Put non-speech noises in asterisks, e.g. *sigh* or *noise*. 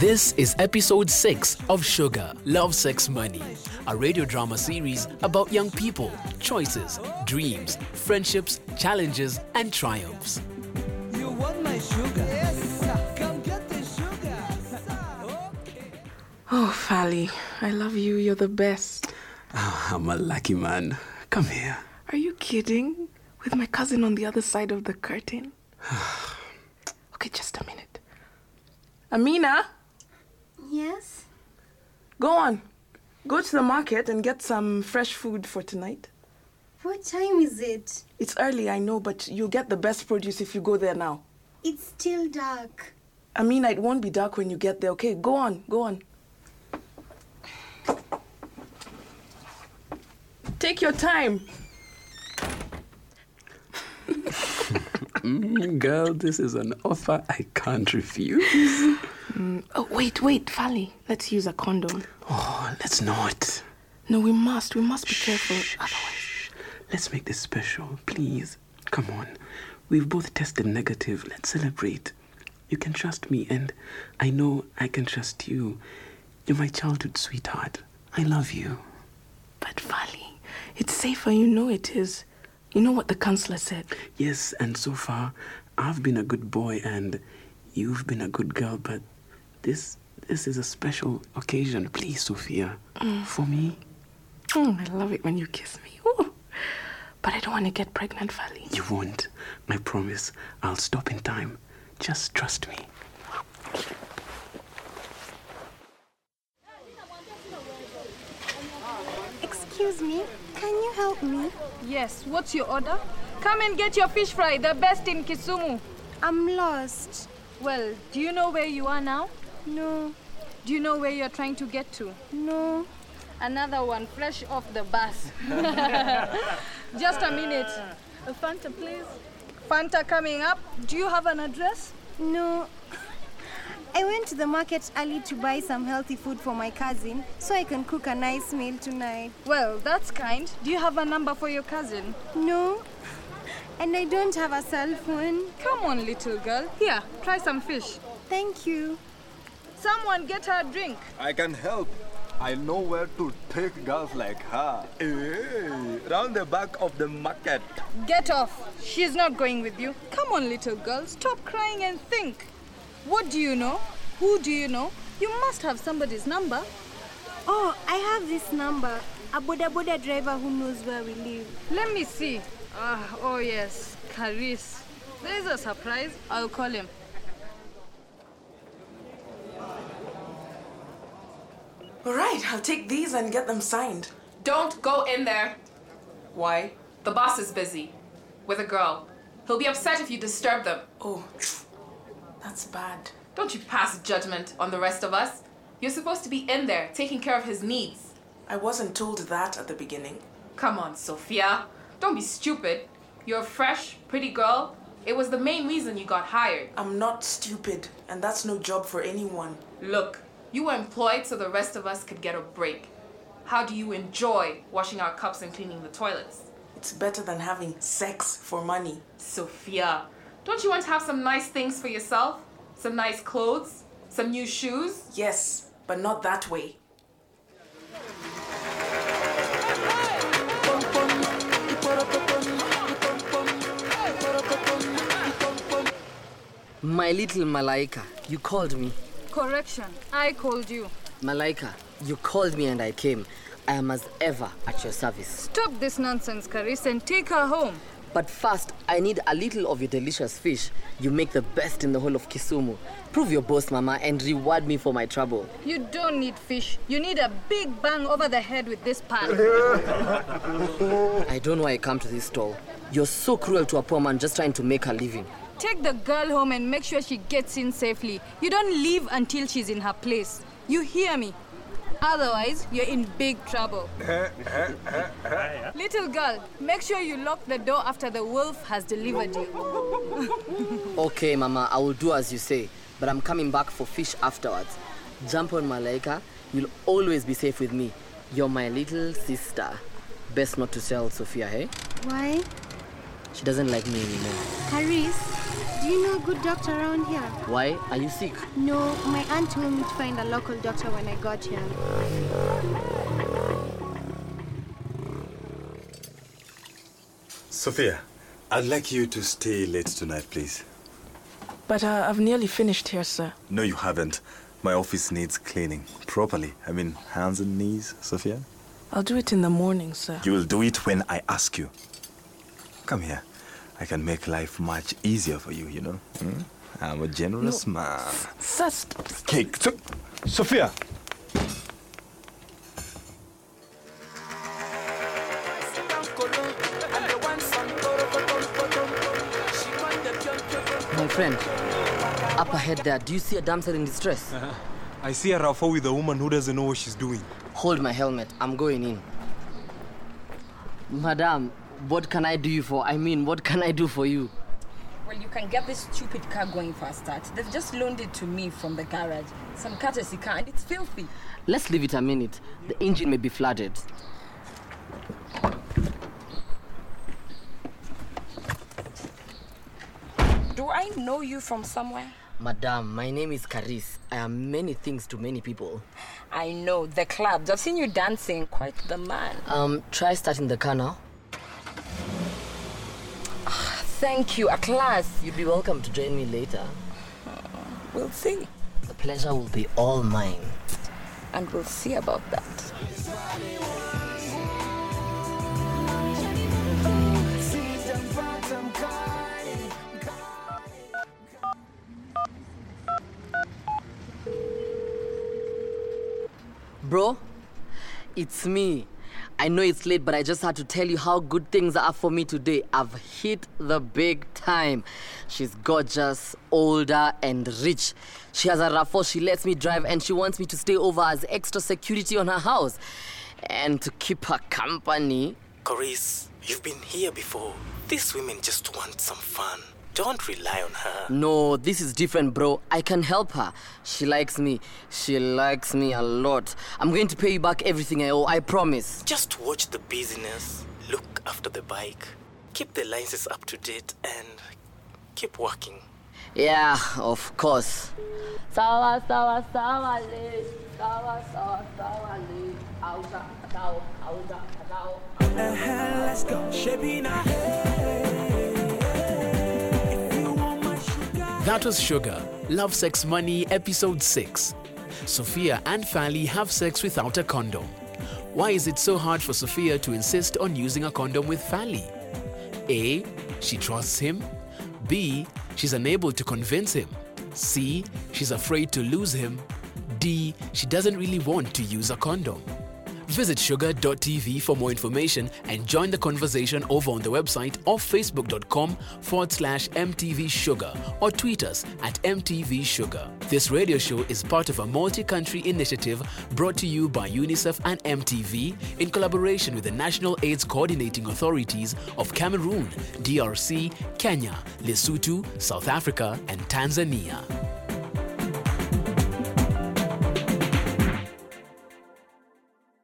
This is episode 6 of Sugar, Love, Sex, Money, a radio drama series about young people, choices, dreams, friendships, challenges, and triumphs. You want my sugar? Yes, sir. Come get the sugar. Oh, Fally, I love you. You're the best. I'm a lucky man. Come here. Are you kidding? With my cousin on the other side of the curtain? *sighs* okay, just a minute. Amina, Yes? go on. Go to the market and get some fresh food for tonight. What time is it? It's early, I know, but you'll get the best produce if you go there now. It's still dark. Amina, it won't be dark when you get there, okay? Go on, go on. Take your time. Girl, this is an offer I can't refuse. Oh, wait, wait, Fally. Let's use a condom. Oh, let's not. No, we must. We must be careful. Otherwise, Let's make this special, please. Come on. We've both tested negative. Let's celebrate. You can trust me, and I know I can trust you. You're my childhood sweetheart. I love you. but Fally, it's safer. You know it is. You know what the counselor said. Yes, and so far, I've been a good boy, and you've been a good girl, but this. This is a special occasion, please, Sophia. For me, Mm, I love it when you kiss me. Ooh. But I don't want to get pregnant, Fally. you won't. I promise. I'll stop in time. Just trust me. Excuse me, can you help me? Yes, what's your order? Come and get your fish fry, the best in Kisumu. I'm lost. Well, do you know where you are now? No, Do you know where you're trying to get to? no. Another one, fresh off the bus. *laughs* Just a minute. A Uh, Fanta, please. Fanta coming up. Do you have an address? No. *laughs* I went to the market early to buy some healthy food for my cousin so I can cook a nice meal tonight. Well, that's kind. Do you have a number for your cousin? No. *laughs* And I don't have a cell phone. Come on, little girl. Here, try some fish. Thank you. Someone get her a drink. I can help. I know where to take girls like her. Hey, round the back of the market. Get off. She's not going with you. Come on, little girl. Stop crying and think. What do you know? Who do you know? You must have somebody's number. Oh, I have this number. A Boda Boda driver who knows where we live. Let me see. Ah, oh yes, Karis. There's a surprise. I'll call him. All right, I'll take these and get them signed. Don't go in there. Why? The boss is busy with a girl. He'll be upset if you disturb them. Oh, that's bad. Don't you pass judgment on the rest of us. You're supposed to be in there taking care of his needs. I wasn't told that at the beginning. Come on, Sophia. Don't be stupid. You're a fresh, pretty girl. It was the main reason you got hired. Um, I'm not stupid, and that's no job for anyone. Look, you were employed so the rest of us could get a break. How do you enjoy washing our cups and cleaning the toilets? It's better than having sex for money. Sophia, don't you want to have some nice things for yourself? Some nice clothes? Some new shoes? Yes, but not that way. My little Malaika, you called me. Correction. I called you. Malaika, you called me and I came. I am as ever at your service. Stop this nonsense, Karis, and take her home. But first, I need a little of your delicious fish. You make the best in the whole of Kisumu. Prove your boss, Mama, and reward me for my trouble. You don't need fish. You need a big bang over the head with this pan. I don't know why I come to this stall. You're so cruel to a poor man just trying to make a living. Take the girl home and make sure she gets in safely. You don't leave until she's in her place. You hear me? Otherwise, you're in big trouble. Little girl, make sure you lock the door after the wolf has delivered you. Okay, Mama, I will do as you say, but I'm coming back for fish afterwards. Jump on Malaika, you'll always be safe with me. You're my little sister. Best not to tell Sophia, eh? hey? Why? She doesn't like me anymore. Caris, do you know a good doctor around here? Why? Are you sick? No, my aunt told me to find a local doctor when I got here. Sophia, I'd like you to stay late tonight, please. But uh, I've nearly finished here, sir. No, you haven't. My office needs cleaning properly. I mean, hands and knees, Sophia. I'll do it in the morning, sir. You will do it when I ask you. Come here. I can make life much easier for you, you know? Hmm? I'm a generous man. Sir, st- Cake. So- Sophia! My friend, up ahead there, do you see a damsel in distress? Uh-huh. I see a Rafa with a woman who doesn't know what she's doing. Hold my helmet. I'm going in. Madam, what can I do you for? I mean, what can I do for you? Well, you can get this stupid car going for a start. They've just loaned it to me from the garage. Some courtesy car, and it's filthy. Let's leave it a minute. The engine may be flooded. Do I know you from somewhere? Madam, my name is Caris. I am many things to many people. I know, the clubs. I've seen you dancing. Quite the man. Um, try starting the car now. Thank you, a class. You'd be welcome to join me later. We'll see. The pleasure will be all mine. And we'll see about that. Bro, it's me. I know it's late, but I just had to tell you how good things are for me today. I've hit the big time. She's gorgeous, older, and rich. She has a RAV4 she lets me drive, and she wants me to stay over as extra security on her house. And to keep her company, Coris, you've been here before. These women just want some fun. Don't rely on her. No, this is different, bro. I can help her. She likes me. She likes me a lot. I'm going to pay you back everything I owe, I promise. Just watch the business, look after the bike, keep the licenses up to date, and keep working. Yeah, of course. Sawa, sawa, sawa, le. Sawa, sawa, sawa, le. Auda, adao, auda, adao. Uh-huh, let's go. Shabina. If you want my sugar. That was Sugar, Love Sex Money, Episode 6. Sophia and Fally have sex without a condom. Why is it so hard for Sophia to insist on using a condom with Fally? A. She trusts him. B. She's unable to convince him. C. She's afraid to lose him. D. She doesn't really want to use a condom. Visit sugar.tv for more information and join the conversation over on the website or facebook.com forward slash MTV Sugar or tweet us at MTV Sugar. This radio show is part of a multi country initiative brought to you by UNICEF and MTV in collaboration with the National AIDS Coordinating Authorities of Cameroon, DRC, Kenya, Lesotho, South Africa, and Tanzania.